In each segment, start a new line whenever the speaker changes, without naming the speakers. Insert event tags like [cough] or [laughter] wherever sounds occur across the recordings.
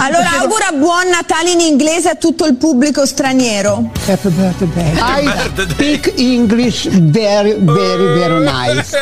Allora augura buon Natale in inglese a tutto il pubblico straniero.
Happy birthday. I speak English very, very, very nice.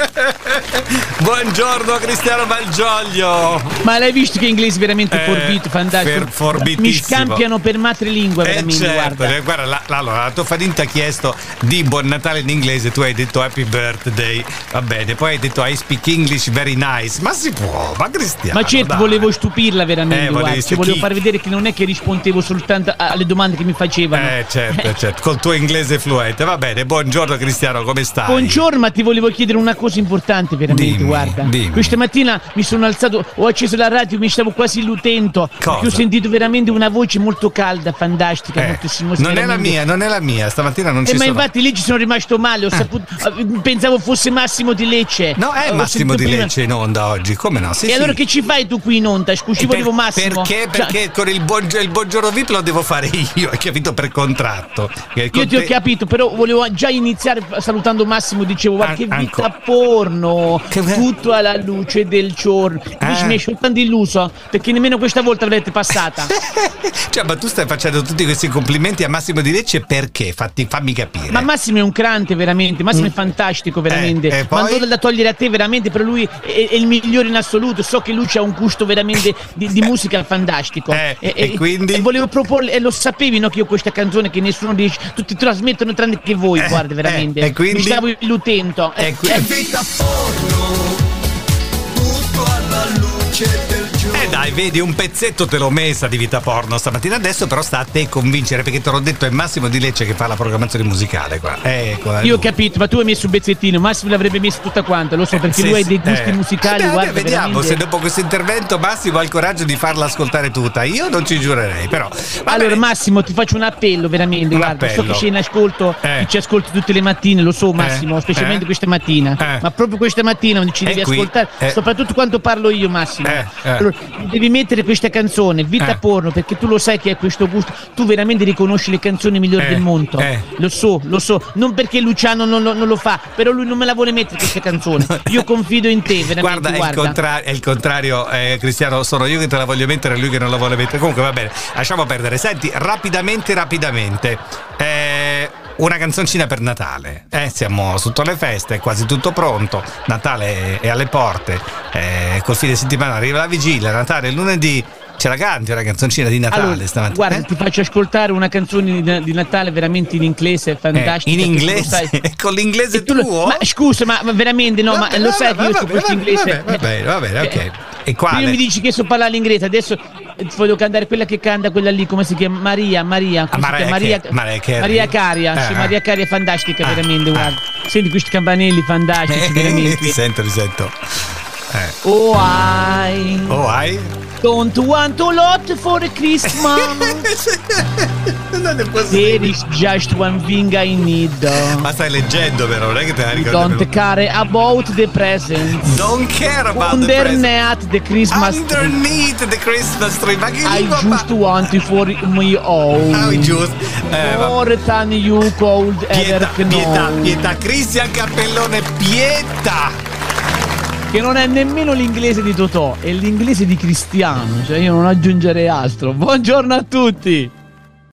Buongiorno Cristiano Malgioglio.
Ma l'hai visto che inglese è veramente
Eh,
forbito, fantastico.
fer- forbitissimo.
Mi scampiano per matrilingue
Eh
veramente,
certo,
guarda.
eh, guarda, la, la- allora, la tua faninta ha chiesto di buon Natale in inglese, tu hai detto happy birthday, va bene, poi hai detto I speak English very nice, ma si può, ma Cristiano.
Ma certo,
Ah, dai.
volevo stupirla veramente,
Eh,
guarda.
volevi
Cioè, volevo
chi-
far vedere che non è che rispondevo soltanto a- alle domande che mi facevano.
Eh certo, certo, col tuo inglese fluente, va bene, buongiorno Cristiano, come stai?
Buongiorno, ma ti volevo chiedere una cosa importante veramente,
Dimmi,
guarda.
dimmi.
Questa mattina mi sono alzato, ho acceso la radio, mi stavo quasi illutendo.
Cosa?
Perché ho sentito veramente una voce molto calda, fantastica,
Eh,
molto sinuosa.
non è la
veramente.
mia, non è la mia, stamattina non
Eh,
ci
ma
sono.
infatti lì ci sono rimasto male, ho saputo- eh, pensavo fosse Massimo di Lecce.
No, è
Ho
Massimo
sentito
di
prima-
Lecce in onda oggi, come no? Sì,
E
sì.
allora che ci fai tu qui in onda? Scusi,
Per-
volevo Massimo.
Perché?
Cioè,
Perché con il, buongio- il buongiorno VIP lo devo fare io, hai capito? Per contratto. Che con
Io ti ho
te-
capito, però volevo già iniziare salutando Massimo, dicevo, guarda
An-
che vita
ancora.
porno,
Che be-
tutto alla luce del giorno. Invece
Ah.
mi hai soltanto illuso, perché nemmeno questa volta
[laughs]
l'avete passata.
Cioè, ma tu stai facendo tutti questi complimenti a Massimo Di Lecce perché? Fatti- fammi capire.
Ma Massimo è un crante veramente, Massimo è fantastico veramente.
Mm. Eh, e poi?
Ma non da togliere a te veramente, per lui è, è il migliore in assoluto. So che lui ha un gusto veramente di, di musica fantastico.
Eh, e quindi?
e volevo proporle, e lo sapevi no, che io questa canzone che nessuno dice, tutti trasmettono tranne che voi,
Eh,
guarda veramente.
eh, e quindi?
Mi stavo illutendo.
Eh, qui- Eh dai, vedi, un pezzetto te l'ho messa di vita porno stamattina. Adesso però sta a te convincere, perché te l'ho detto, è Massimo Di Lecce che fa la programmazione musicale qua. Ecco, è
eh, Io ho
lui.
capito, ma tu hai messo un pezzettino, Massimo l'avrebbe messo tutta quanta, lo so, perché
Sì,
lui ha
sì,
dei gusti
eh.
musicali,
Eh, beh,
guarda,
vediamo se
veramente.
dopo questo intervento Massimo ha il coraggio di farla ascoltare tutta. Io non ci giurerei, però. Va
Allora,
bene.
Massimo, ti faccio un appello veramente.
Un
guarda, so
appello.
che sei in ascolto,
Eh.
che ci ascolti tutte le mattine, lo so, Massimo,
Eh.
specialmente
Eh.
questa mattina.
Eh.
Ma proprio questa mattina ci
E
devi
qui.
ascoltare,
Eh.
soprattutto quando parlo io, Massimo.
Eh, eh.
Allora, devi mettere questa canzone, Vita
Eh.
Porno, perché tu lo sai che hai questo gusto. Tu veramente riconosci le canzoni migliori
Eh.
del mondo.
Eh.
Lo so, lo so. Non perché Luciano non, lo- non lo fa, però lui non me la vuole mettere
[laughs]
questa canzone. [laughs] Io confido in te, veramente.
Guarda, ecco, è il contra- è il contrario, eh, Cristiano. Sono io che te la voglio mettere, lui che non la vuole mettere. Comunque, va bene, lasciamo perdere. Senti, rapidamente, rapidamente. eh, una canzoncina per Natale. Eh, siamo sotto le feste, è quasi tutto pronto. Natale è alle porte. eh, col fine settimana arriva la vigilia. Natale è lunedì. Ce la canti una canzoncina di Natale
Allora,
stamattina?
Guarda,
Eh?
ti faccio ascoltare una canzone di, di Natale veramente in inglese,
Eh,
fantastica.
in
che tu lo
[laughs] inglese?
sai.
Con l'inglese
E tu lo-
tuo?
ma scusa, ma, ma veramente no, ma
Vabbè,
lo sai
vabbè,
che io
vabbè,
su questo
vabbè,
inglese.
vabbè, vabbè, va bene,
Eh,
ok. E quale?
Prima mi dici che so parlare l'inglese, adesso eh, ti voglio cantare quella che canta quella lì, come si chiama? Maria, Maria, come
Ah,
si chiama?
Mariah Ca- Mariah Carey.
Maria Caria, sì,
Ah.
Maria Caria è fantastica
Ah,
veramente,
ah.
guarda. Senti questi campanelli
[laughs]
fantastici, veramente.
Ti sento, ti sento. Eh.
Oh, I
Oh, hai?
don't want a lot for
[laughs]
Christmas.
non è
There
possibile.
is just one thing I need.
Ma stai leggendo però, non è che te la ricordi.
Don't
però.
care about the presents.
Don't care about the present.
Underneath the Christmas tree.
Underneath the Christmas tree. Ma che
I
lingua
just want it for me
Ah,
all.
giusto. Eh, vabbè.
More than you could ever
Pietà, pietà,
know.
pietà. Cristian Cappellone, pietà.
Che non è nemmeno l'inglese di Totò, è l'inglese di Cristiano. Cioè io non aggiungerei altro. Buongiorno a tutti.